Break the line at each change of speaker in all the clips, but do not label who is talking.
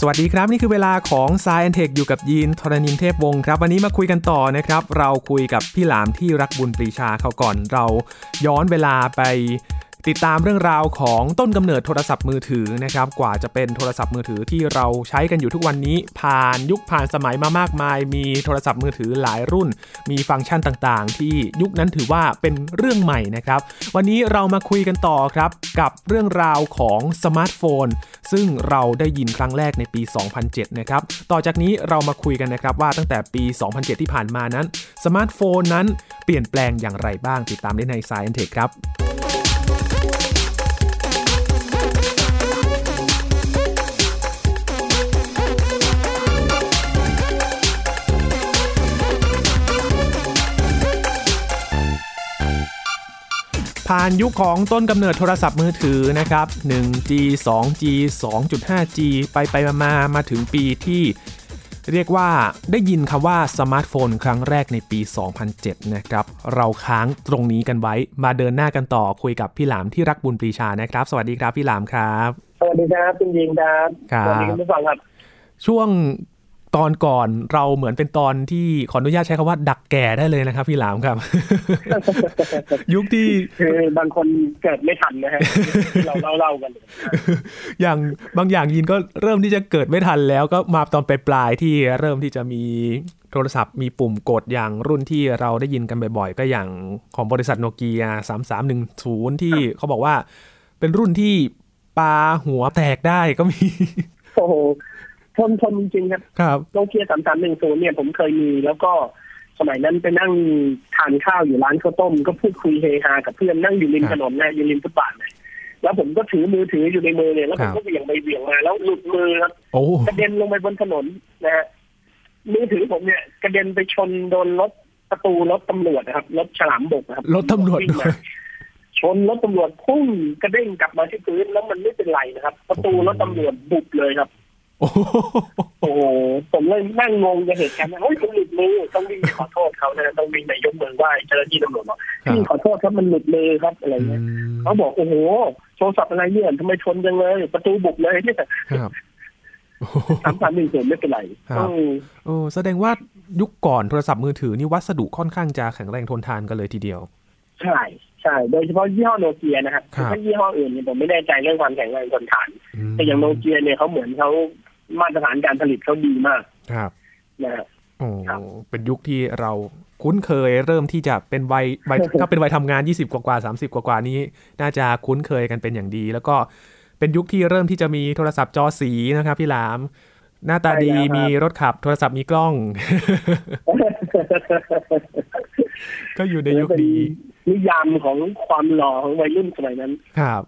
สวัสดีครับนี่คือเวลาของ s ายแอนเทคอยู่กับยีนทรณินเทพวงศ์ครับ วันนี้มาคุยกันต่อนะครับ เราคุยกับพี่หลามที่รักบุญปรีชาเขาก่อนเราย้อนเวลาไป ติดตามเรื่องราวของต้นกำเนิดโทรศัพท์มือถือนะครับ กว่าจะเป็นโทรศัพท์มือถือที่เราใช้กันอยู่ทุกวันนี้ ผ่านยุคผ่านสมัยมามากมาย มีโทรศัพท์มือถือหลายรุ่น มีฟังก์ชันต่างๆ ที่ยุคนั้นถือว่าเป็นเรื่องใหม่นะครับ วันนี้เรามาคุยกันต่อครับ กับเรื่องราวของสมาร์ทโฟน ซึ่งเราได้ยินครั้งแรกในปี 2007 นะครับ ต่อจากนี้เรามาคุยกันนะครับว่าตั้งแต่ปี 2007 ที่ผ่านมานั้นสมาร์ทโฟนนั้นเปลี่ยนแปลงอย่างไรบ้างติดตามได้ใน Science Tech ครับ ผ่านยุคของต้นกำเนิดโทรศัพท์มือถือนะครับ 1G 2G 2.5G ไปไปมามามาถึงปีที่ เรียกว่าได้ยินคำว่าสมาร์ทโฟนครั้งแรกในปี 2007 นะครับ เราค้างตรงนี้กันไว้ มาเดินหน้ากันต่อคุยกับพี่หลามที่รักบุญปรีชานะครับ สวัสดีครับพี่หลามครับ
สวัสดีครับคุณยิงครับ
ครับ
สวัสดีคุณผู้ฟังครับ
ช่วงตอนก่อนเราเหมือนเป็นตอนที่ขออนุญาตใช้คำว่าดักแก่ได้เลยนะครับ พี่หลามครับ ยุคที่
คือบางคนเกิดไม่ทันนะ ฮะที่เราเล่าเล่ากัน
อย่างบางอย่างยีนก็เริ่มที่จะเกิดไม่ทันแล้วก็มาตอนปลายๆที่เริ่มที่จะมีโทรศัพท์มีปุ่มกดอย่างรุ่นที่เราได้ยินกันบ่อยๆ ก็อย่างของบริษัทโนเกีย3310 ที่เขาบอกว่าเป็นรุ่นที่ปลาหัวแตกได้ก็มี
โอ้โหทนทนจริงๆครับ
ครับ
โนเกียสามสามหนึ่งศูนย์เนี่ยผมเคยมีแล้วก็สมัยนั้นไปนั่งทานข้าวอยู่ร้านข้าวต้ม ก็พูดคุยเฮฮากับเพื่อนนั่งอยู่ริมถนนนะอยู่ริมฟุตบาทนะแล้วผมก็ถือมือถืออยู่ในมือเนี่ยแล้วผมก็เหวี่ยงไปเหวี่ยงมาแล้วหลุดมือครับ
โอ้
กระเด็นลงไปบนถนนนะฮะมือถือผมเนี่ย กระเด็นไปชนโดนรถประตูรถตำรวจนะครับรถฉลามบกนะครับ
รถตำรวจ
งมา
ด้วย
ชนรถตำรวจพุ่งกระเด้งกลับมาที่พื้นแล้วมันไม่เป็นไรนะครับ ประตู
โอ้โห
รถตำรวจบุบเลยครับ
โอ้โห
โอ้โหผมเลยนั่งงงกับเหตุการณ์นะเฮ้ยผมหลุดมือต้องวิ่งไปขอโทษเขานะต้องวิ่งไปยกมือไหว้เจ้าหน้าที่ตำรวจบอกพี่ขอโทษครับมันหลุดมือครับอะไร
อื
เงี้ย
ม
เขาบอกโอ้โหโทรศัพท์อะไรเนี่ยทำไมชนจังเลยประตูบุบเลยเนี่ย
ครับโอ้โห
สามสามหนึ่งศูนย์ไม่เป็นไร
ครับ
อืม
เออแสดงว่ายุคก่อนโทรศัพท์มือถือนี่วัสดุค่อนข้างจะแข็งแรงทนทานกันเลยทีเดียว
ใช่ใช่ โดยเฉพาะยี่ห้อโนเกียนะครับ
ครับ
ถ้ายี่ห้ออื่นเนี่ยผมไม่แน่ใจเรื่องความแข็งแรงทนทาน
ม
แต่อย่างโนเกียเนี่ยเขาเหมือนเขามาตรฐานการผลิตเขาดีมาก
ครับ
นะฮะ
โอ้
ครับ
เป็นยุคที่เราคุ้นเคยเริ่มที่จะเป็นวัยวัย ถ้าเป็นวัยทำงาน 20 กว่ากว่าๆ30 กว่ากว่าๆนี้ น่าจะคุ้นเคยกันเป็นอย่างดี แล้วก็เป็นยุคที่เริ่มที่จะมีโทรศัพท์จอสีนะครับพี่หลาม หน้าตาดี
ใช่แล้วครับ
มีรถขับ โทรศัพท์มีก ล้อง ก็อยู่ในยุคดี
เป็นนิยามของความหล่อของวัยรุ่นสมัยนั้น
ครับ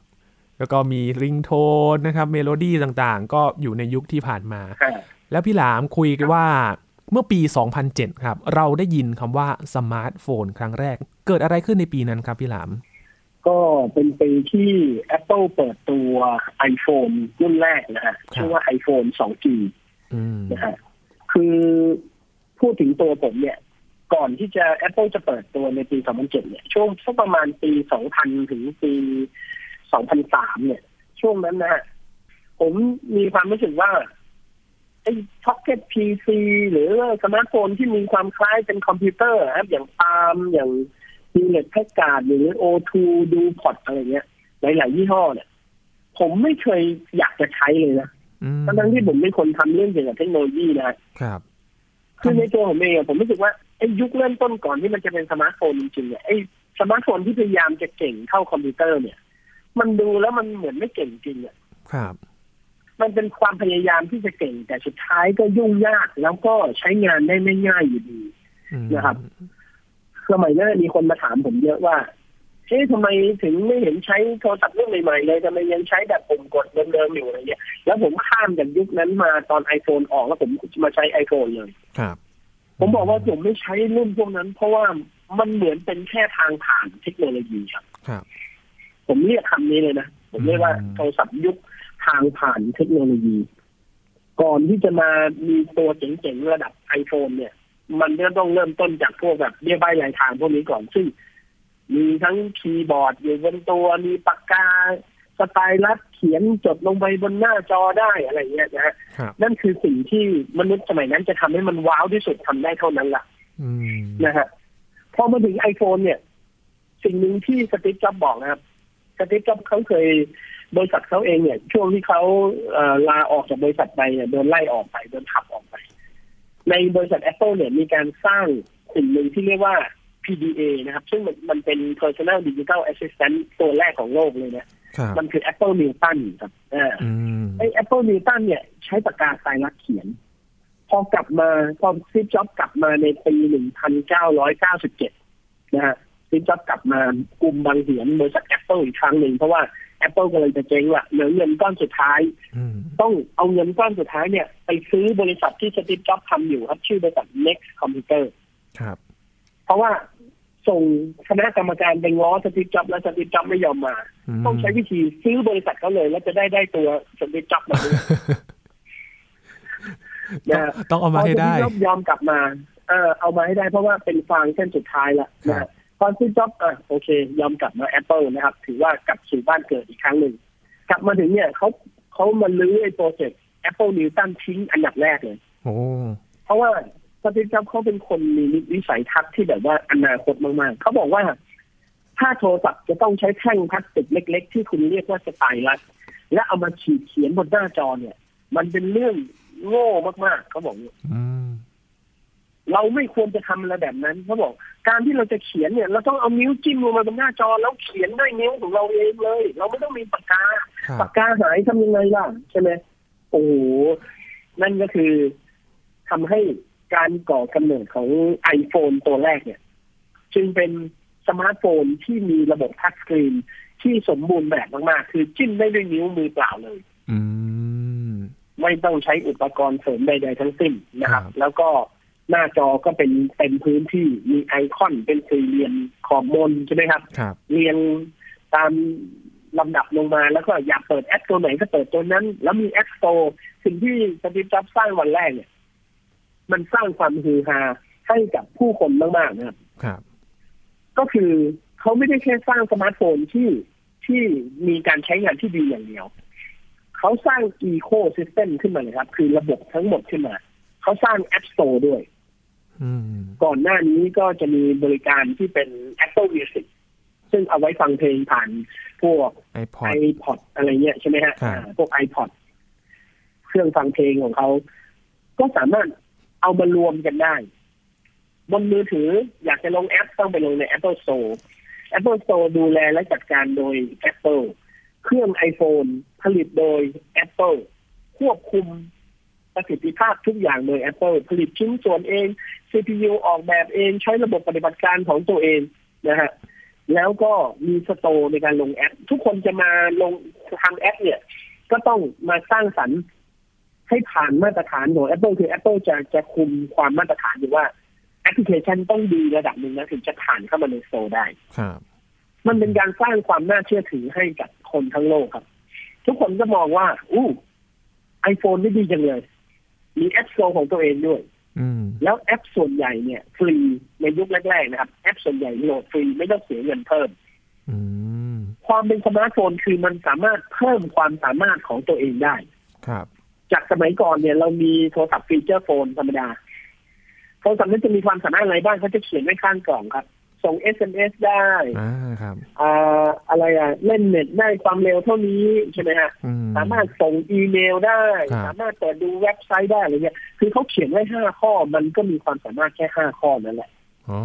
แล้วก็มีริงโทนนะครับเมโลดี้ต่างๆ ก็อยู่ในยุคที่ผ่านมา
ค่ะ
แล้วพี่หลามคุยกันว่าเมื่อปี 2007 ครับ เราได้ยินคำว่าสมาร์ทโฟนครั้งแรก เกิดอะไรขึ้นในปีนั้นครับพี่หลาม
ก็เป็นปีที่ Apple เปิดตัว iPhone รุ่นแรกนะฮะชื่อว่า iPhone 2G
อืม
นะฮะคือพูดถึงตัวผมเนี่ย ก่อนที่จะ Apple จะเปิดตัวในปี 2007 เนี่ย ช่วงสักประมาณปี 2000 ถึงปี 2003 เนี่ย ช่วงนั้นนะฮะผมมีความรู้สึกว่าไอ้พ็อกเก็ตพีซีหรือสมาร์ทโฟนที่มีความคล้ายเป็นคอมพิวเตอร์ครับอย่างปาล์มอย่างดีเล็ตแพกการ์ดหรือโอทูดูพอตอะไรเงี้ย หลาย ๆ ยี่ห้อเนี่ย ผมไม่เคยอยากจะใช้เลยนะ
อืม
ทั้งๆที่ผมเป็นคนทำเรื่องเกี่ยวกับเทคโนโลยีนะฮะ
ครับ
คือในตัวผมเองอะผมรู้สึกว่าไอ้ยุคเริ่มต้นก่อนที่มันจะเป็นสมาร์ทโฟนจริงๆเนี่ยไอ้สมาร์ทโฟนที่พยายามจะเก่งเท่าคอมพิวเตอร์เนี่ย มันดูแล้วมันเหมือนไม่เก่งจริงอ่ะ
ครับ
มันเป็นความพยายามที่จะเก่งแต่สุดท้ายก็ยุ่งยากแล้วก็ใช้งานได้ไม่ง่ายอยู่ดี
อืม
นะครับ สมัยนั้นมีคนมาถามผมเยอะว่าเอ๊ะทำไมถึงไม่เห็นใช้โทรศัพท์รุ่นใหม่ๆเลยทำไมยังใช้แบบปุ่มกดเดิมๆอยู่อะไรเงี้ยแล้วผมข้ามจากยุคนั้นมาตอน iPhone ออกแล้วผมมาใช้ iPhone เลย
ครับ
ผมบอกว่าผมไม่ใช้รุ่นพวกนั้น เพราะว่ามันเหมือนเป็นแค่ทางผ่านเทคโนโลยีครับ
ครับ
ผมเรียกคำนี้เลยนะ ผมเรียกว่า
อืม
โทรศัพท์ยุคทางผ่านเทคโนโลยี ก่อนที่จะมามีตัวเจ๋งๆระดับ iPhone เนี่ย มันก็ต้องเริ่มต้นจากพวกแบบเบี้ยใบลายทางพวกนี้ก่อน ซึ่ง มีทั้งคีย์บอร์ดอยู่บนตัวมีปากกา สไตลัส เขียนจดลงไปบนหน้าจอได้อะไรเงี้ยนะฮะ
ครับ
นั่นคือสิ่งที่มนุษย์สมัยนั้นจะทำให้มันว้าวที่สุดทำได้เท่านั้นล่ะ
อืม
นะฮะพอมาถึง iPhone เนี่ย สิ่งหนึ่งที่สติฟจ็อบส์บอกนะครับสติฟจ็อบส์เขาเคยบริษัทเขาเองเนี่ย ช่วงที่เขาเอ่อลาออกจากบริษัทไปเนี่ยโดนไล่ออกไปโดนขับออกไป ในบริษัท Apple เนี่ยมีการสร้างสิ่งหนึ่งที่เรียกว่า PDA นะครับ ซึ่งมันมันเป็น Personal Digital Assistant ตัวแรกของโลกเลยนะครับ มันคือ Apple Newton ครับอ่า
อืม
ไอ้ Apple Newton เนี่ยใช้ปากกาสายลักเขียน พอกลับมาพอซิปจ็อบกลับมาในปี 1997 นะฮะซิปจ็อบกลับมากลุ่มบางเหียนบริษัท Apple อีกครั้งหนึ่งเพราะว่า Apple ก็เลยจะเจ๊งละเหลือเงินก้อนสุดท้าย
อืม
ต้องเอาเงินก้อนสุดท้ายเนี่ย ไปซื้อบริษัทที่สติปจ็อบทำอยู่ครับชื่อบริษัท Next Computer
ครับ
เพราะว่าส่งคณะกรรมการไปง้อสติปจ็อบและสติปจ็อบไม่ยอมมา
ม
ต้องใช้วิธีซื้อบริษัทเขาเลย แล้วจะได้ได้ตัวสติปจ็อบมาด้วย
ต้องต้องเอามาให้ได้
พอคุณพี่จ๊อบยอมกลับมา เออเอามาให้ได้เพราะว่าเป็นฟางเส้นสุดท้ายละนะ
ครั
ฮะ
บ
ตอนที่จ๊อบอ่ะโอเค ยอมกลับมา Apple นะครับ ถือว่ากลับสู่บ้านเกิดอีกครั้งหนึ่ง กลับมาถึงเนี่ยเขาเขามาลื้อไอ้โปรเจกต์ Apple Newton ทิ้งอันดับแรกเลย
โอ้
เพราะว่าสตีฟจ็อบส์เขาเป็นคนมีวิสัยทัศน์ที่แบบว่าอนาคตมาก ๆ เขาบอกว่า ถ้าโทรศัพท์จะต้องใช้แท่งพลาสติกเล็ก ๆ ที่คุณเรียกว่าสไตลัสและเอามาขีดเขียนบนหน้าจอเนี่ย มันเป็นเรื่องโง่มากๆเขาบอกอย่างนี้
อืม
เราไม่ควรจะทำอะไรแบบนั้นเขาบอก การที่เราจะเขียนเนี่ยเราต้องเอานิ้วจิ้มลงมาบนหน้าจอ แล้วเขียนด้วยนิ้วของเราเองเลย เราไม่ต้องมีปากกา
ครับ
ปากกาหายทำยังไงล่ะ ใช่ไหมโอ้โหนั่นก็คือทำให้การก่อกำเนิดของไอโฟนตัวแรกเนี่ย จึงเป็นสมาร์ทโฟนที่มีระบบทัชสกรีนที่สมบูรณ์แบบมากๆ คือจิ้มได้ด้วยนิ้วมือเปล่าเลย
อืม
ไม่ต้องใช้อุปกรณ์เสริมใด ๆ ทั้งสิ้นนะครับ
ครับ
แล้วก็หน้าจอก็เป็นเต็มพื้นที่มีไอคอนเป็นสี่เหลี่ยมขอบบนใช่ไหมครับ
ครับ
เรียงตามลำดับลงมาแล้วก็อยากเปิดแอปตัวไหนก็เปิดตัวนั้น แล้วมีแอปโตสิ่งที่สตีฟจ็อบส์สร้างวันแรกเนี่ย มันสร้างความฮือฮาให้กับผู้คนมากๆนะครับ
ครับ
ก็คือเขาไม่ได้แค่สร้างสมาร์ทโฟนที่ที่มีการใช้งานที่ดีอย่างเดียว เขาสร้าง Eco System ขึ้นมาเลยครับ คือระบบทั้งหมดขึ้นมา เขาสร้าง App Store ด้วย
อืม
ก่อนหน้านี้ก็จะมีบริการที่เป็น Apple Music ซึ่งเอาไว้ฟังเพลงผ่านพวก
ไอพอด
iPod อะไรเงี้ยใช่ไหมฮะ
ครับ
อ่าพวก iPod เครื่องฟังเพลงของเขา ก็สามารถเอามารวมกันได้ บนมือถืออยากจะลงแอปต้องไปลงใน Apple Store Apple Store ดูแลและจัดการโดย Apple เครื่อง iPhone ผลิตโดย Apple ควบคุมประสิทธิภาพทุกอย่างโดย Apple ผลิตชิ้นส่วนเอง CPU ออกแบบเองใช้ระบบปฏิบัติการของตัวเองนะฮะ แล้วก็มีสโตร์ในการลงแอป ทุกคนจะมาลงทางแอป เนี่ย ก็ต้องมาสร้างสรรค์ให้ผ่านมาตรฐานของ Apple คือ Apple จะจะคุมความมาตรฐานอยู่ว่าแอปพลิเคชันต้องดีระดับหนึ่งนะถึงจะผ่านเข้ามาในโซได้
ครับ
มันเป็นการสร้างความน่าเชื่อถือให้กับคนทั้งโลกครับ ทุกคนก็มองว่า อู้ไอโฟนนี่ดีจังเลย มีแอปโซของตัวเองด้วย
อืม
แล้วแอปส่วนใหญ่เนี่ย ฟรีในยุคแรกๆนะครับแอปส่วนใหญ่โหลดฟรีไม่ต้องเสียเงินเพิ่ม
อืม
ความเป็นสมาร์ทโฟนคือมันสามารถเพิ่มความสามารถของตัวเองได้
ครับ
จากสมัยก่อนเนี่ยเรามีโทรศัพท์ฟีเจอร์โฟนธรรมดา โทรศัพท์นั้นจะมีความสามารถอะไรบ้างเขาจะเขียนไว้ข้างกล่องครับ ส่ง SMS ได้
อ่าครับ
อ่าอะไรอะเล่นเน็ตได้ความเร็วเท่านี้ใช่ไหมฮะ
อืม
สามารถส่งอีเมลได้
ครับ
สามารถเปิดดูเว็บไซต์ได้อะไรเงี้ย คือเขาเขียนไว้ห้าข้อ มันก็มีความสามารถแค่ห้าข้อนั่นแหละ
อ๋อ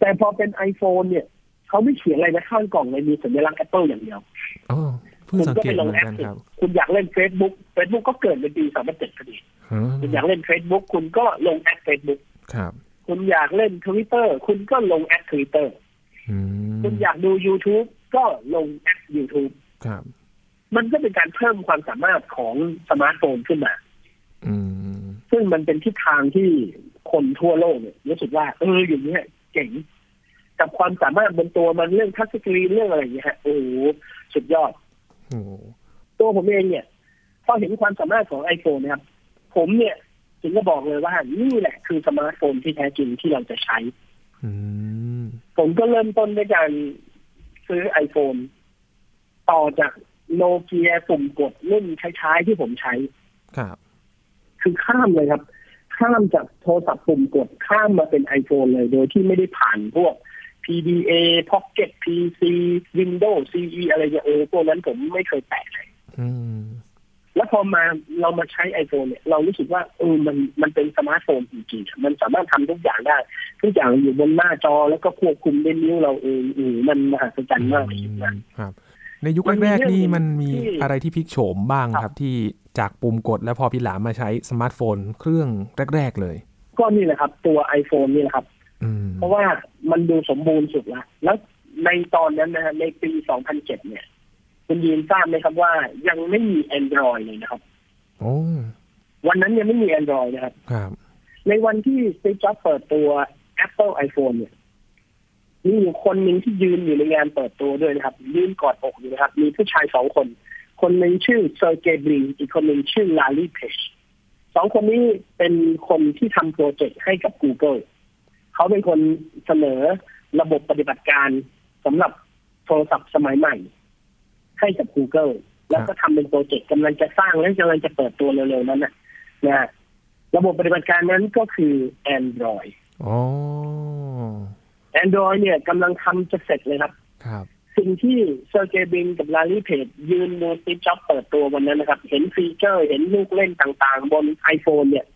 แต่พอเป็น iPhone เนี่ยเขาไม่เขียนอะไรไว้ข้างกล่องเลยมีสัญลักษณ์ Apple อย่างเดียว
อ๋อเพิ่ง
คุณ
สัง
ก็
เก
ไป
ต
ล
เห
ง
มือน
แอป
กัน
สิ
ครับ
คุณอยากเล่น Facebook Facebook ก็เกิดในปี 2007พอดี
อ๋อ
คุณอยากเล่น Facebook คุณก็ลงแอป Facebook
ครับ
คุณอยากเล่น Twitter คุณก็ลงแอป Twitter
อืม
คุณอยากดู YouTube ก็ลงแอป YouTube
ครับ
มันก็เป็นการเพิ่มความสามารถของสมาร์ทโฟนขึ้นมา
อืม
ซึ่งมันเป็นทิศทางที่คนทั่วโลกเนี่ยรู้สึกว่า เอออย่างเนี้ยเจ๋ง กับความสามารถบนตัวมันเรื่องทัชสกรีนเรื่องอะไรอย่างเงี้ยฮะโอ้โหสุดยอด
โอ้
ตัวผมเองเนี่ย พอเห็นความสามารถของไอโฟนนะครับ ผมเนี่ยถึงจะบอกเลยว่า นี่แหละคือสมาร์ทโฟนที่แท้จริงที่เราจะใช้
อืม
ผมก็เริ่มต้นด้วยการซื้อไอโฟนต่อจาก โนเกียปุ่มกดรุ่นคล้ายๆที่ผมใช้
ครับ
คือข้ามเลยครับ ข้ามจากโทรศัพท์ปุ่มกดข้ามมาเป็น iPhone เลย โดยที่ไม่ได้ผ่านพวก PDA Pocket PC Windows CE อะไรอย่างเงี้ยโอ้พวกนั้นผมไม่เคยแตะเลย
อืม
แล้วพอมาเรามาใช้ iPhone เนี่ยเรารู้สึกว่าเออมันมันเป็นสมาร์ทโฟนจริงๆอะมันสามารถทำทุกอย่างได้ ทุกอย่างอยู่บนหน้าจอแล้วก็ควบคุมด้วยนิ้วเราเองอือมันมหัศจรรย์มากเลยยุคนั้น
ครับ ในยุค
มันมี
แรกๆนี่
เรื่อง
มันมี
ที่
อะไรที่พลิกโฉมบ้าง
ครับ
ครับที่จากปุ่มกดแล้วพอพี่หลามมาใช้สมาร์ทโฟนเครื่องแรก ๆ เลย
ก็นี่แหละครับ ตัว iPhone นี่แหละครับ
อืม
เพราะว่ามันดูสมบูรณ์สุดละแล้วในตอนนั้นนะฮะในปี 2007 เนี่ยคุณยีนทราบไหมครับว่ายังไม่มี Android เลยนะครับ
โอ้
วันนั้นยังไม่มี Android นะครับ
ครับ
ในวันที่สตีฟจ็อบส์เปิดตัว Apple iPhone เนี่ย มีอยู่คนหนึ่งที่ยืนอยู่ในงานเปิดตัวด้วยนะครับ ยืนกอดอกอยู่นะครับ มีผู้ชายสองคน คนหนึ่งชื่อเซอร์เจย์บริงอีกคนหนึ่งชื่อลาลีเพชสองคนนี้เป็นคนที่ทำโปรเจกต์ให้กับ Google เขาเป็นคนเสนอระบบปฏิบัติการสำหรับโทรศัพท์สมัยใหม่ ให้กับ Google แล้วก็ทำเป็นโปรเจกต์กำลังจะสร้างและกำลังจะเปิดตัวเร็วๆนั้นนะนะฮะระบบปฏิบัติการนั้นก็คือ Android
อ๋อ
Android เนี่ยกำลังทำจะเสร็จเลยครับ
ครับ
สิ่งที่เซอร์เจย์บิงกับลารีเพจยืนดูติจ็อบเปิดตัววันนั้นนะครับ เห็นฟีเจอร์ เห็นลูกเล่นต่างๆ บน iPhone เนี่ย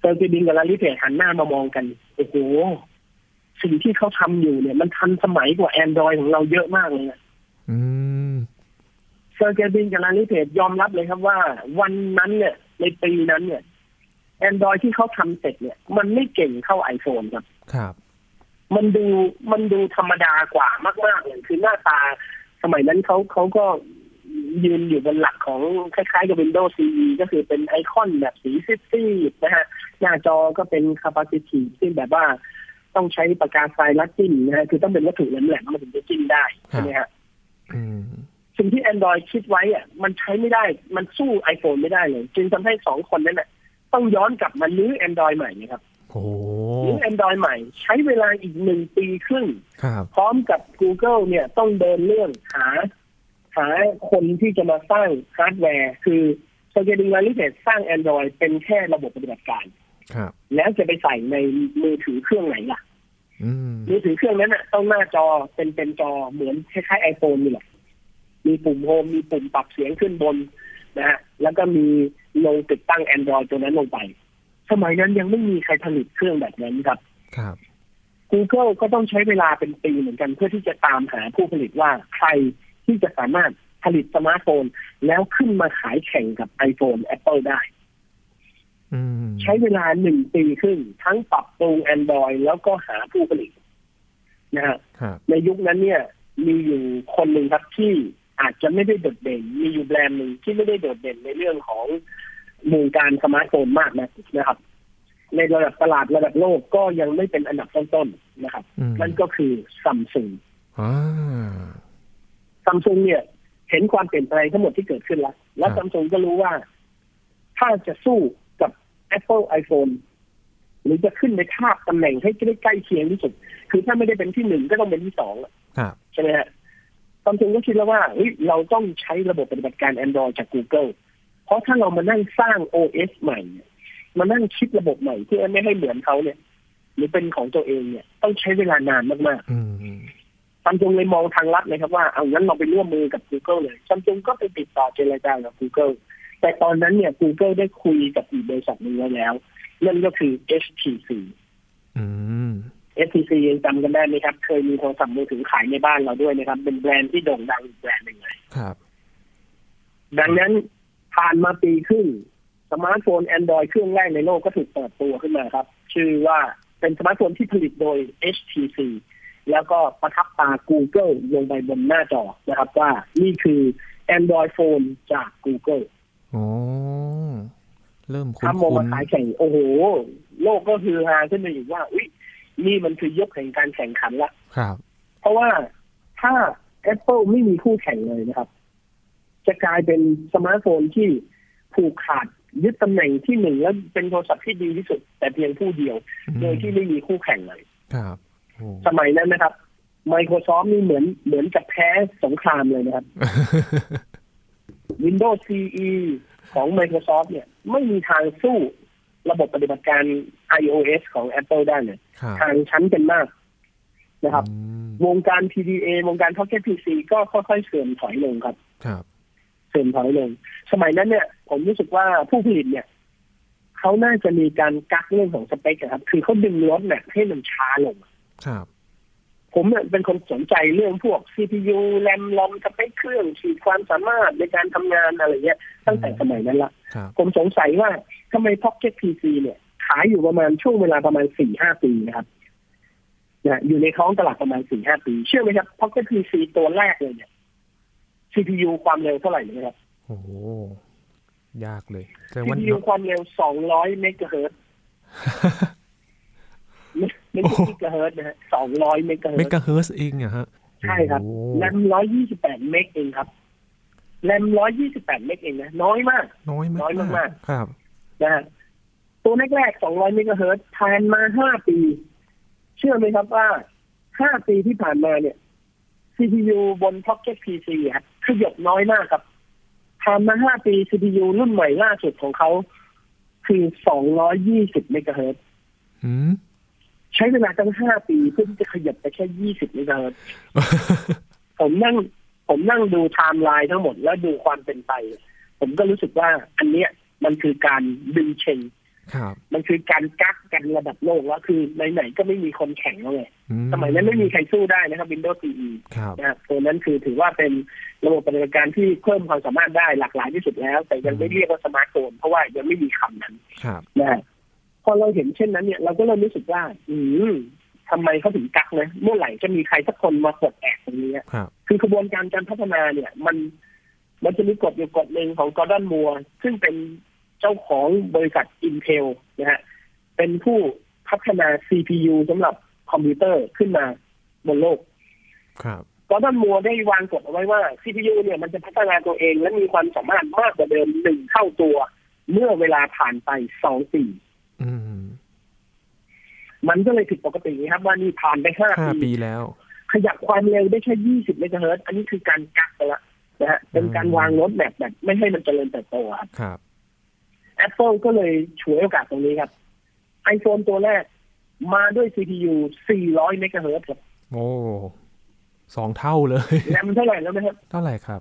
เซอร์เจย์บิงกับลารีเพจหันหน้ามามองกัน โอ้โห สิ่งที่เขาทำอยู่เนี่ย มันทันสมัยกว่า Android ของเราเยอะมากเลยนะ
อืม
เซอร์เจย์บินกับลาลิเพจยอมรับเลยครับว่า วันนั้นเนี่ย ในปีนั้นเนี่ยแอนดรอยที่เขาทำเสร็จเนี่ย มันไม่เก่งเข้าไอโฟนครับ
ครับ
มันดูมันดูธรรมดากว่ามากๆเลยคือหน้าตา สมัยนั้นเขาเขาก็ยืนอยู่บนหลักของคล้ายๆกับ Windows CE ก็คือเป็นไอคอนแบบสีซีดๆนะฮะ หน้าจอก็เป็น capacitive ซึ่งแบบว่าต้องใช้ปากกาไฟลัดจิ้มนะฮะคือต้องเป็นวัตถุแหลมๆมันถึงจะจิ้มได้ใช่ไหมฮะ
อืม
สิ่งที่ Android คิดไว้อะมันใช้ไม่ได้ มันสู้ iPhone ไม่ได้เลย จึงทำให้สองคนนั้นน่ะต้องย้อนกลับมาลื้อ Android ใหม่นะครับ
โอ้
ลื้อ Android ใหม่ ใช้เวลาอีกหนึ่งปีครึ่ง
ครับ
พร้อมกับ Google เนี่ยต้องเดินเรื่องหา หาคนที่จะมาสร้างฮาร์ดแวร์ คือโซเชียลดิงลาลิเทสร้าง Android เป็นแค่ระบบปฏิบัติการ
ครับ
แล้วจะไปใส่ในมือถือเครื่องไหนล่ะ
อืม
มือถือเครื่องนั้นอ่ะต้องหน้าจอเป็นเป็นจอเหมือนคล้ายๆไอโฟนนี่แหละ มีปุ่มโฮมมีปุ่มปรับเสียงขึ้นบนนะฮะแล้วก็มีลงติดตั้ง Android ตัวนั้นลงไป สมัยนั้นยังไม่มีใครผลิตเครื่องแบบนั้นครับ
ครับ
Google ก็ต้องใช้เวลาเป็นปีเหมือนกัน เพื่อที่จะตามหาผู้ผลิตว่าใครที่จะสามารถผลิตสมาร์ทโฟน แล้วขึ้นมาขายแข่งกับ iPhone Apple ได้
อืม
ใช้เวลาหนึ่งปีครึ่งทั้งปรับปรุง Android แล้วก็หาผู้ผลิตนะฮะ
ครับ
ในยุคนั้นเนี่ยมีอยู่คนหนึ่งครับที่อาจจะไม่ได้โดดเด่น มีอยู่แบรนด์หนึ่งที่ไม่ได้โดดเด่นในเรื่องของวงการสมาร์ทโฟนมากนะนะครับ ในระดับตลาดระดับโลกก็ยังไม่เป็นอันดับต้นๆนะครับ
อืม
นั่นก็คือซัมซุง
อ่า
ซัมซุงเนี่ย เห็นความเปลี่ยนแปลงทั้งหมดที่เกิดขึ้นแล้ว และ
ครับ
ซัมซุงก็รู้ว่า ถ้าจะสู้กับ Apple iPhone หรือจะขึ้นไปคาบตำแหน่งให้ได้ใกล้เคียงที่สุด คือถ้าไม่ได้เป็นที่หนึ่งก็ต้องเป็นที่สอง
ครับ
ใช่ไหมฮะซัมซุงก็คิดแล้วว่าเฮ้ยเราต้องใช้ระบบปฏิบัติการ Android จาก Google เพราะถ้าเรามานั่งสร้าง OS ใหม่เนี่ยมานั่งคิดระบบใหม่ที่ไม่ให้เหมือนเขาเนี่ย หรือเป็นของตัวเองเนี่ย ต้องใช้เวลานานมาก
อืม
ๆซัมซุงเลยมองทางลัดเลยครับว่าเอางั้นเราไปร่วมมือกับ Google เลยซัมซุงก็ไปติดต่อเจรจากับ Google แต่ตอนนั้นเนี่ย Google ได้คุยกับอีกบริษัทหนึ่งไว้แล้วนั่นก็คือ HTC
อืม
HTC ยังจำกันได้ไหมครับ เคยมีโทรศัพท์มือถือขายในบ้านเราด้วยนะครับ เป็นแบรนด์ที่โด่งดังอีกแบรนด์หนึ่งเลย
ครับ
ดังนั้นผ่านมาปีครึ่งสมาร์ทโฟน Android เครื่องแรกในโลกก็ถูกเปิดตัวขึ้นมาครับ ชื่อว่าเป็นสมาร์ทโฟนที่ผลิตโดย HTC แล้วก็ประทับตา Google ลงไปบนหน้าจอนะครับว่านี่คือ Android Phone จาก Google
โอ้ เริ่มคุ้น
ถ้ามองมาขายแข่งโอ้โห โลกก็คือฮาขึ้นมาอีกว่าอุ๊ยนี่มันคือยุคแห่งการแข่งขันละ
ๆครับ
เพราะว่าถ้า Apple ไม่มีคู่แข่งเลยนะครับ จะกลายเป็นสมาร์ทโฟนที่ผูกขาดยึดตำแหน่งที่หนึ่งแล้วเป็นโทรศัพท์ที่ดีที่สุด แต่เพียงผู้เดียว
อืม
โดยที่ไม่มีคู่แข่งเลย
ครับโอ้
สมัยนั้นนะครับ Microsoft นี่เหมือนเหมือนกับแพ้สงครามเลยนะครับ Windows CE ของ Microsoft เนี่ย ไม่มีทางสู้ระบบปฏิบัติการ iOS ของ Apple ได้เลย
ครับ
ทางชั้นกันมากนะครับ
อืม
วงการ PDA วงการ Pocket PC ก็ค่อยๆเสื่อมถอยลงครับ
ครับ
เสื่อมถอยลง สมัยนั้นเนี่ย ผมรู้สึกว่าผู้ผลิตเนี่ยเขาน่าจะมีการกักเรื่องของสเปคอะครับ คือเขาดึงรถเนี่ยให้มันช้าลง
ครับ
ผมเนี่ยเป็นคนสนใจเรื่องพวก CPU แรมลอมสเปคเครื่องขีดความสามารถในการทำงานอะไรเงี้ย ตั้งแต่สมัยนั้นละ
ครับ
ผมสงสัยว่าทำไม Pocket PC เนี่ยขายอยู่ประมาณช่วงเวลาประมาณสี่ห้าปีนะครับนะอยู่ในท้องตลาดประมาณสี่ห้าปี เชื่อไหมครับ Pocket PC ตัวแรกเลยเนี่ย CPU ความเร็วเท่าไหร่รู้ไหมครับ
โอ้โหยากเลยแสดงว่า
CPU ความเร็วสองร้อยเมกะเฮิรตซ์ไม่ไม่ใช่กิกะเฮิรตซ์นะฮะสองร้อยเมกะเฮิ
เม
รตซ์
กะเฮิร์ตซ์เองเหรอะฮะ
ใช่ครับ
โอ้โห
แรมร้อยยี่สิบแปดเมกเองครับแรมร้อยยี่สิบแปดเมกเองนะ น้อยมาก
น้อยมาก
น้อยมาก
ครับ
นะฮะตัวแรกๆ 200 เมกะเฮิรตซ์ผ่านมา 5 ปี เชื่อไหมครับว่า 5 ปีที่ผ่านมาเนี่ย CPU บน Pocket PC ครับขยบน้อยมากครับ ผ่านมา 5 ปี CPU รุ่นใหม่ล่าสุดของเขา คือ 220 เมกะเฮิรตซ์
อืม
ใช้เวลาตั้ง 5 ปีเพื่อที่จะขยับไปแค่ 20 เมกะเฮิรตซ์ผมนั่ง ผมนั่งดูไทม์ไลน์ทั้งหมดแล้วดูความเป็นไป ผมก็รู้สึกว่าอันเนี้ยมันคือการดึงเชง
ครับ
มันคือการกักกันระดับโลกแล้วคือไหนๆก็ไม่มีคนแข่งแล้วไง
อื
สมัยนั้นไม่มีใครสู้ได้นะครับ Windows CE
ครับ
นะครับตัวนั้นคือถือว่าเป็นระบบปฏิบัติการที่เพิ่มความสามารถได้หลากหลายที่สุดแล้ว แต่ยังไม่เรียกว่าสมาร์ทโฟนเพราะว่ายังไม่มีคำนั้น
ครับ
นะฮะพอเราเห็นเช่นนั้นเนี่ย เราก็เริ่มรู้สึกว่า อืมทำไมเขาถึงกักนะเมื่อไหร่จะมีใครสักคนมากดแอกตรงนี้อะ
ครับ
คือกระบวนการการพัฒนาเนี่ย มันมันจะมีกฎอยู่กฎหนึ่งของกอร์ดอนมัวซึ่งเป็นเจ้าของบริษัท Intel นะฮะ เป็นผู้พัฒนา CPU สำหรับคอมพิวเตอร์ขึ้นมาบนโลก
ครับ
กอร์ดอนมัวได้วางกฎเอาไว้ว่า CPU เนี่ยมันจะพัฒนาตัวเองและมีความสามารถมากกว่าเดิมหนึ่งเท่าตัว เมื่อเวลาผ่านไปสองปี
อืม
มันก็เลยผิดปกติครับว่านี่ผ่านไปห้า
ห้า
ปี
ปีแล้ว
ขยับความเร็วได้แค่ยี่สิบเมกะเฮิรตซ์อันนี้คือการกักไปละนะฮะเป็นการวางรถแบบแบบ ไม่ให้มันเจริญเติบโตครับ
ครับ
Apple ก็เลยฉวยโอกาสตรงนี้ครับ iPhone ตัวแรกมาด้วย CPU 400เมกะเฮิรตซ์ครับ
โอ้สองเท่าเลย
แรมเท่าไหร่แล้วนะครับ
เท่าไหร่ครับ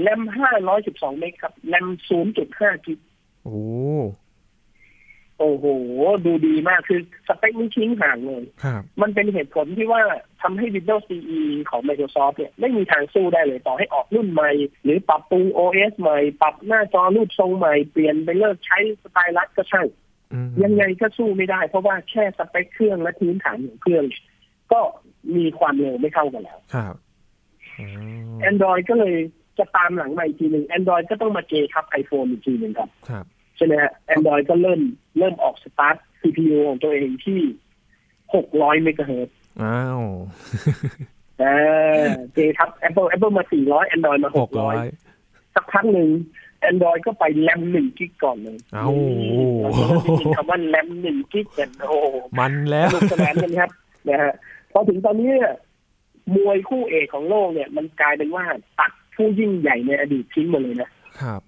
แรม512 เมกครับ แรม0.5กิก
โอ้
โอ้โห ดูดีมาก คือสเปคไม่ทิ้งห่างเลย
ครับ
มันเป็นเหตุผลที่ว่าทำให้ Windows CE ของ Microsoft เนี่ยไม่มีทางสู้ได้เลย ต่อให้ออกรุ่นใหม่ หรือปรับปรุง OS ใหม่ ปรับหน้าจอรูปทรงใหม่ เปลี่ยนไปเลิกใช้สไตลัสก็ใช่
อืม
ยังไงก็สู้ไม่ได้ เพราะว่าแค่สเปคเครื่องและพื้นฐานของเครื่อง ก็มีความเร็วไม่เท่ากันแล้ว
ครับอืม
Android ก็เลยจะตามหลังมาอีกทีหนึ่ง Android ก็ต้องมาเจครับ iPhone อีกทีหนึ่งครับ
ครับ
ใช่ไหมฮะ Android ก็เริ่มเริ่มออกสตาร์ท CPU ของตัวเองที่ 600 เมกะเฮิรตซ์
อ้าว
อ่าเจครับ Apple Apple มา 400 Android มา
หกร้อย
600 สักพักหนึ่ง Android ก็ไปแรมหนึ่งกิกก่อนเลย
เอ้า
เราจะได้ยินคำว่าแรมหนึ่งกิกกันโอ้โห
มันแล้
ส
ว
นุกสนานกันครับนะฮะพอถึงตอนนี้เนี่ยมวยคู่เอกของโลกเนี่ย มันกลายเป็นว่าตัดผู้ยิ่งใหญ่ในอดีตทิ้งหมดเลยนะครับ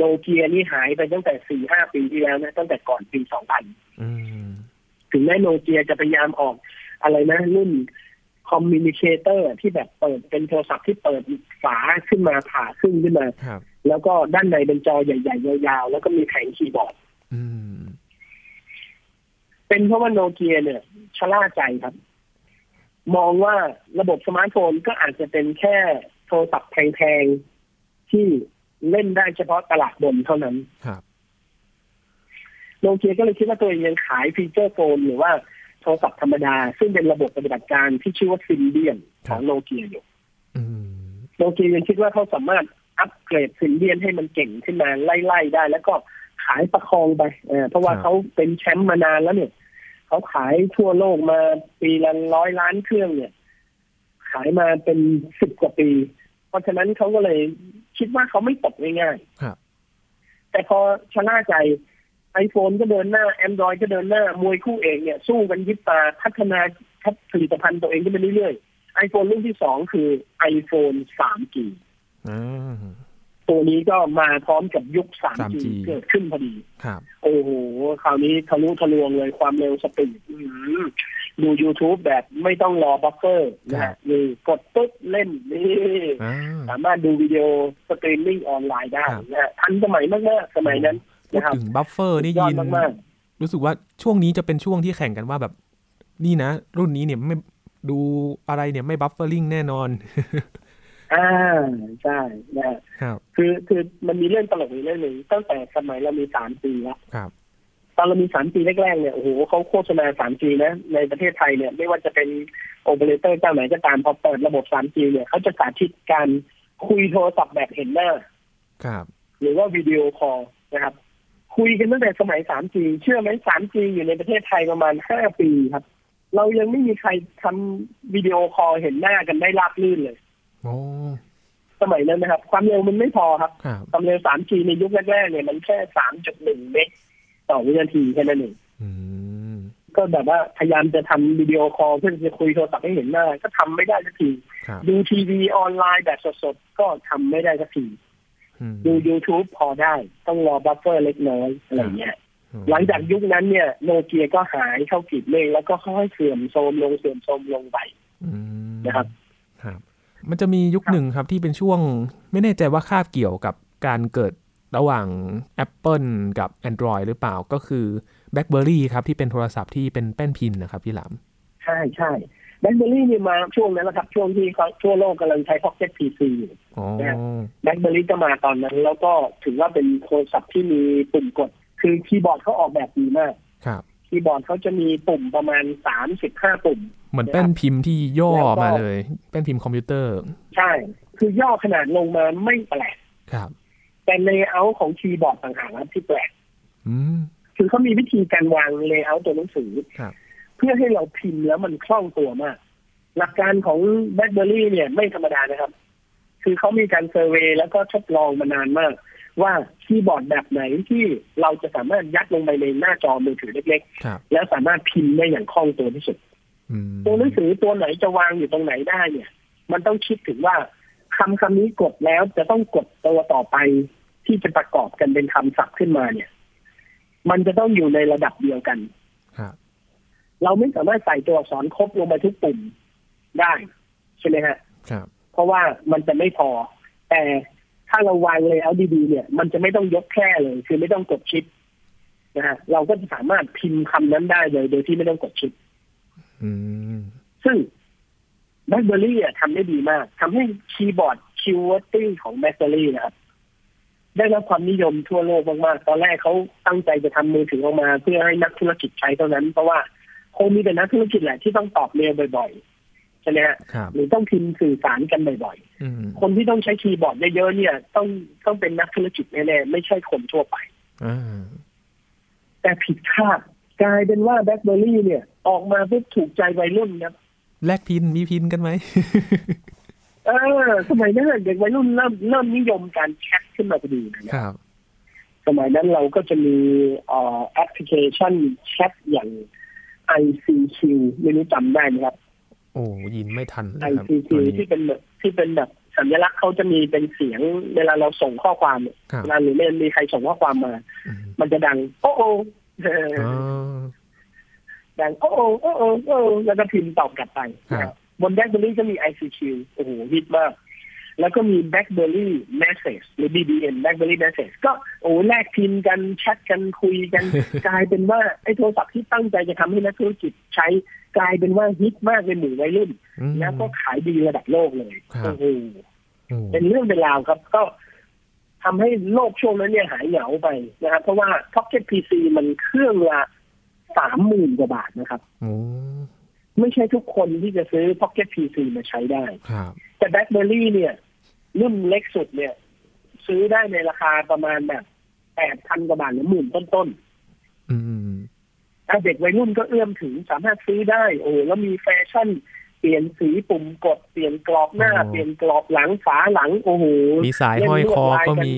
โนเกียนี่หายไปตั้งแต่ 4-5 ปีที่แล้วนะตั้งแต่ก่อนปี 2000
อืม
ถึงแม้โนเกียจะพยายามออกอะไรนะรุ่นคอมมิวนิเคเตอร์ที่แบบเปิดเป็นโทรศัพท์ที่เปิดฝาขึ้นมาผ่าขึ้นขึ้นมา
ครับ
แล้วก็ด้านในเป็นจอใหญ่ ๆ ยาวๆ แล้วก็มีแผงคีย์บอร์ด
อืม
เป็นเพราะว่าโนเกียเนี่ยชะล่าใจครับ มองว่าระบบสมาร์ทโฟนก็อาจจะเป็นแค่โทรศัพท์แพงๆ ที่เล่นได้เฉพาะตลาดบนเท่านั้น
ครับ
โนเกียก็เลยคิดว่าตัวเองยังขายฟีเจอร์โฟนหรือว่าโทรศัพท์ธรรมดา ซึ่งเป็นระบบปฏิบัติการที่ชื่อว่าซินเดียนของโนเกียอยู่
อืม
โนเกียยังคิดว่าเขาสามารถอัปเกรดซินเดียนให้มันเก่งขึ้นมาไล่ๆได้ แล้วก็ขายประคองไปเออเพราะว่าเขาเป็นแชมป์มานานแล้วเนี่ยเขาขายทั่วโลกมาปีละร้อยล้านเครื่องเนี่ย ขายมาเป็นสิบกว่าปี เพราะฉะนั้นเขาก็เลยคิดว่าเขาไม่ตกง่ายๆ
ครับ
แต่พอชนะใจ iPhone ก็เดินหน้า Android ก็เดินหน้า มวยคู่เอกเนี่ย สู้กันยิบตาพัฒนาผลิตภัณฑ์ตัวเองขึ้นไปเรื่อยๆ iPhone รุ่นที่สองคือ iPhone 3G
อ่า
ตัวนี้ก็มาพร้อมกับยุค 3G
3G
เกิดขึ้นพอดี
ครับ
โอ้โห คราวนี้ทะลุทะลวงเลยความเร็วสปีดอื้อหือดู YouTube แบบไม่ต้องรอบล็อกเกอร์นะ
ครั
ฮะ
บ
นี่กดปุ๊บเล่นนี่
อ่า
สามารถดูวิดีโอสตรีมมิ่งออนไลน์ได้
ครับ
นะฮะทันสมัยมากๆสมัยนั้น
พูด
นะครับ
ถึงบัฟเฟอร์นี่
ยอด
ยิน
มาก
รู้สึกว่าช่วงนี้จะเป็นช่วงที่แข่งกันว่าแบบ นี่นะ รุ่นนี้เนี่ยไม่ดูอะไรเนี่ยไม่บัฟเฟอร์ลิงแน่นอน
ๆอ่าใช่นะฮะ
ครับ
คือคือมันมีเรื่องตลกอีกเรื่องหนึ่งตั้งแต่สมัยเรามีสามปีละ
ครับ
ตอนเรามีสามปีแรกๆเนี่ยโอ้โหเขาโฆษณาสามจีนะในประเทศไทยเนี่ยไม่ว่าจะเป็นโอเปอเรเตอร์เจ้าไหนก็ตามพอเปิดระบบสามจีเนี่ยเขาจะสาธิตการคุยโทรศัพท์แบบเห็นหน้า
ครับ
หรือว่าวิดีโอคอลนะครับ คุยกันตั้งแต่สมัย 3G เชื่อไหม 3G อยู่ในประเทศไทยประมาณ 5 ปีครับ เรายังไม่มีใครทำวิดีโอคอลเห็นหน้ากันได้ราบรื่นเลย
โอ้
สมัยนั้นนะครับ ความเร็วมันไม่พอครับ
ครับ
ความเร็ว 3G ในยุคแรกๆเนี่ยมันแค่ 3.1 เมกต่อวินาทีแค่นั้นเอง
อืม
ก็แบบว่าพยายามจะทำวิดีโอคอลเพื่อจะคุยโทรศัพท์ให้เห็นหน้า ก็ทำไม่ได้สักที
ครับ
ดูทีวีออนไลน์แบบสดๆก็ทำไม่ได้สักที
อืม
ดู YouTube พอได้ต้องรอบัฟเฟอร์เล็กน้อยอะไรอย่างเงี้ย
อืม
หลังจากยุคนั้นเนี่ยโนเกียก็หายเข้ากีดเลขแล้วก็ค่อยๆเสื่อมโทรมลงเสื่อมโทรมลงไป
อืม
นะครับ
ครับ มันจะมียุคหนึ่งครับที่เป็นช่วง ไม่แน่ใจว่าคาบเกี่ยวกับการเกิดระหว่าง Apple กับ Android หรือเปล่าก็คือ BlackBerry ครับที่เป็นโทรศัพท์ที่เป็นแป้นพิมพ์นะครับพี่หลาม
ใช่ใช่แบล็คเบอรี่เนี่ยมาช่วงนั้นแหละครับ ช่วงที่เขาทั่วโลกกำลังใช้ Pocket PC อยู่
อ๋อ
แบล็คเบอรี่ก็มาตอนนั้น แล้วก็ถือว่าเป็นโทรศัพท์ที่มีปุ่มกด คือคีย์บอร์ดเขาออกแบบดีมาก
ครับ
คีย์บอร์ดเขาจะมีปุ่มประมาณสามสิบห้าปุ่ม
เหมือนแป้นพิมพ์ที่ย่อ
แล้วก็
มาเลย แป้นพิมพ์คอมพิวเตอร์
ใช่ คือย่อขนาดลงมาไม่แปลก
ครับ
แต่เลเยอร์ของคีย์บอร์ดต่างหากครับที่แปลก
อืม
คือเขามีวิธีการวางเลเยอร์ตัวหนังสือ
ครับ
เพื่อให้เราพิมพ์แล้วมันคล่องตัวมาก หลักการของแบ l เบอรี่เนี่ยไม่ธรรมดานะครับ คือเขามีการเซอร์เวยแล้วก็ทดลองมานานมาก ว่าคีย์บอร์ดแบบไหนที่เราจะสามารถยัดลงไปในหน้าจอมือถือเล็ก
ครับ
ๆ แล้วสามารถพิมพ์ได้อย่างคล่องตัวที่สุด
อืม
ตัวหนังสือตัวไหนจะวางอยู่ตรงไหนได้เนี่ย มันต้องคิดถึงว่าคำคำนี้กดแล้วจะต้องกดตัวต่อไป ที่จะประกอบกันเป็นคำศัพท์ขึ้นมาเนี่ย มันจะต้องอยู่ในระดับเดียวกัน
ครับ
เราไม่สามารถใส่ตัวอักษรครบลงไปทุกปุ่มได้ใช่ไหมฮะ
ครับ
เพราะว่ามันจะไม่พอ แต่ถ้าเราวางเลเยอร์ดีๆเนี่ย มันจะไม่ต้องยกแค่เลย คือไม่ต้องกดชิปนะฮะเราก็จะสามารถพิมพ์คำนั้นได้เลย โดยที่ไม่ต้องกดชิป
อืม
ซึ่งแบล็คเบอรี่อ่ะทำได้ดีมากทำให้คีย์บอร์ดคิวร์ติ้งของแบล็คเบอรี่นะครับ ได้รับความนิยมทั่วโลกมาก ๆ ตอนแรกเขาตั้งใจจะทำมือถือออกมา เพื่อให้นักธุรกิจใช้เท่านั้น เพราะว่าคงมีแต่นักธุรกิจแหละที่ต้องตอบเมลบ่อยๆใช่ไหมฮะ
ครับ
หรือต้องพิมพ์สื่อสารกันบ่อย
อืม
ๆ คนที่ต้องใช้คีย์บอร์ดเยอะๆเนี่ย ต้องต้องเป็นนักธุรกิจแน่ๆไม่ใช่คนทั่วไป
อ่า
แต่ผิดคาดกลายเป็นว่าแบล็คเบอรี่เนี่ย ออกมาเพื่อถูกใจวัยรุ่นครับ
แลกพิน มีพินกันไหม
เออสมัยนั้นเด็กวัยรุ่นเริ่มเริ่มนิยมการแชทขึ้นมาพอดีนะ ค
ครับ รับ
สมัยนั้นเราก็จะมีเอ่อแอปพลิเคชันแชทอย่าง ICQ ไม่รู้จำได้ไหมครับ
โอ้ยินไม่ทันเลยครับ
ICQ
ตัวนี้
ที่เป็นแบบที่เป็นแบบสัญลักษณ์เขาจะมีเป็นเสียง เวลาเราส่งข้อความเนี่ย
ครับ
เวลาหรือไม่มีใครส่งข้อความมา
อืม
มันจะดัง โอ้โอเออ
อ๋อ
ดังโอ้โอโอ้โอโอ้โอแล้วก็พิมพ์ตอบกลับไปนะค
ครั
รับ บบนแบล็คเบอรี่ก็มี ICQ โอ้โหฮิตมาก แล้วก็มี BlackBerry Message หรือ BBM BlackBerry Message ก็โอ้แลกพิมพ์กันแชทกันคุย กัน กลายเป็นว่าไอ้โทรศัพท์ที่ตั้งใจจะทำให้นักธุรกิจใช้กลายเป็นว่าฮิตมากในหมู่วัยรุ่น
อืม
แล้วก็ขายดีระดับโลกเลย
ครับ
โอ้โห
โอ้
เป็นเรื่องเป็นราวครับ ก็ทำให้โลกช่วงนั้นเนี่ยหายเหงาไปนะครับ เพราะว่า Pocket PC มันเครื่องละสามหมื่นกว่าบาทนะครับ
โอ้
ไม่ใช่ทุกคนที่จะซื้อ Pocket PC มาใช้ได้
ครับ
แต่แบล็คเบอรี่เนี่ยรุ่นเล็กสุดเนี่ย ซื้อได้ในราคาประมาณแบบแปดพันกว่าบาทหรือหมื่นต้น
อืม
ๆถ้าเด็กวัยรุ่นก็เอื้อมถึงสามารถซื้อได้ โอ้แล้วมีแฟชั่น เปลี่ยนสีปุ่มกด เปลี่ยนกรอบหน้า
อ๋อ
เปลี่ยนกรอบหลังฝาหลัง โอ้โห
มีสายห้อยคอก็มี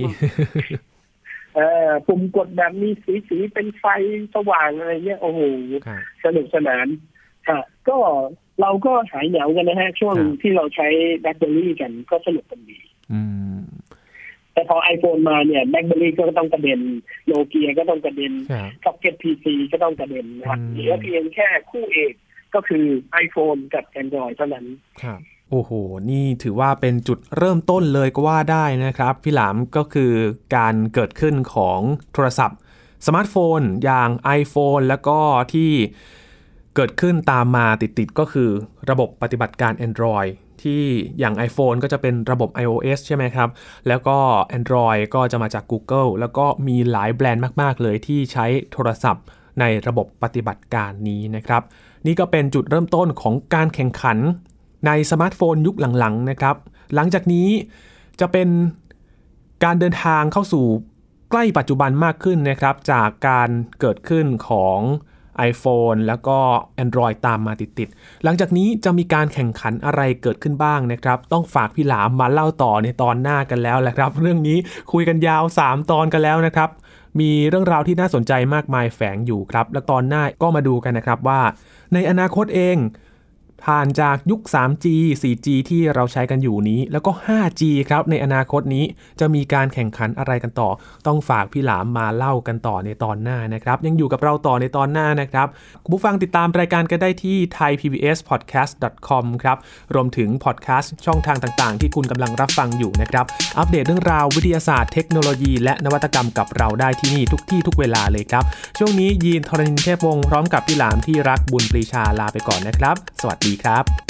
เอ่อปุ่มกดแบบมีสีสีเป็นไฟสว่างอะไรเงี้ยโอ้โห
ครับ
สนุกสนานฮะก็เราก็หายเหงากันนะฮะ ช่วง
ครับ
ที่เราใช้แบตเตอรี่กันก็สนุกกันดี
อืม
แต่พอ iPhone มาเนี่ยแบล็คเบอรี่ก็ต้องกระเด็นโนเกียก็ต้องกระเด็น
ครับ
ซ็อกเก็ตพีซีก็ต้องกระเด็นนะครับ
อืม
เหลือเพียงแค่คู่เอกก็คือ iPhone กับ Android เท่านั้น
ครับโอ้โห นี่ถือว่าเป็นจุดเริ่มต้นเลยก็ว่าได้นะครับ พี่หลามก็คือการเกิดขึ้นของโทรศัพท์ สมาร์ทโฟน อย่าง iPhone แล้วก็ที่เกิดขึ้นตามมาติดๆ ก็คือระบบปฏิบัติการ Android ที่อย่าง iPhone ก็จะเป็นระบบ iOS ใช่ไหมครับ แล้วก็ Android ก็จะมาจาก Google แล้วก็มีหลายแบรนด์มาก ๆ เลยที่ใช้โทรศัพท์ในระบบปฏิบัติการนี้นะครับ นี่ก็เป็นจุดเริ่มต้นของการแข่งขัน ในสมาร์ทโฟนยุคหลังๆนะครับ หลังจากนี้จะเป็นการเดินทางเข้าสู่ใกล้ปัจจุบันมากขึ้นนะครับ จากการเกิดขึ้นของ iPhone แล้วก็ Android ตามมาติดๆ หลังจากนี้จะมีการแข่งขันอะไรเกิดขึ้นบ้างนะครับ ต้องฝากพี่หลามมาเล่าต่อในตอนหน้ากันแล้วแหละครับ เรื่องนี้คุยกันยาว 3 ตอนกันแล้วนะครับ มีเรื่องราวที่น่าสนใจมากมายแฝงอยู่ครับ และตอนหน้าก็มาดูกันนะครับว่า ในอนาคตเอง ผ่านจากยุค 3G 4G ที่เราใช้กันอยู่นี้ แล้วก็ 5G ครับในอนาคตนี้จะมีการแข่งขันอะไรกันต่อ ต้องฝากพี่หลามมาเล่ากันต่อในตอนหน้านะครับ ยังอยู่กับเราต่อในตอนหน้านะครับคุณผู้ฟังติดตามรายการก็ได้ที่ thaipbspodcast.com ครับ รวมถึงพอดแคสต์ช่องทางต่างๆ ที่คุณกำลังรับฟังอยู่นะครับ อัปเดตเรื่องราววิทยาศาสตร์เทคโนโลยีและนวัตกรรมกับเราได้ที่นี่ทุกที่ทุกเวลาเลยครับ ช่วงนี้ยีนทรณินเทพวงศ์พร้อมกับพี่หลามที่รักบุญปรีชาลาไปก่อนนะครับ สวัสดีครับ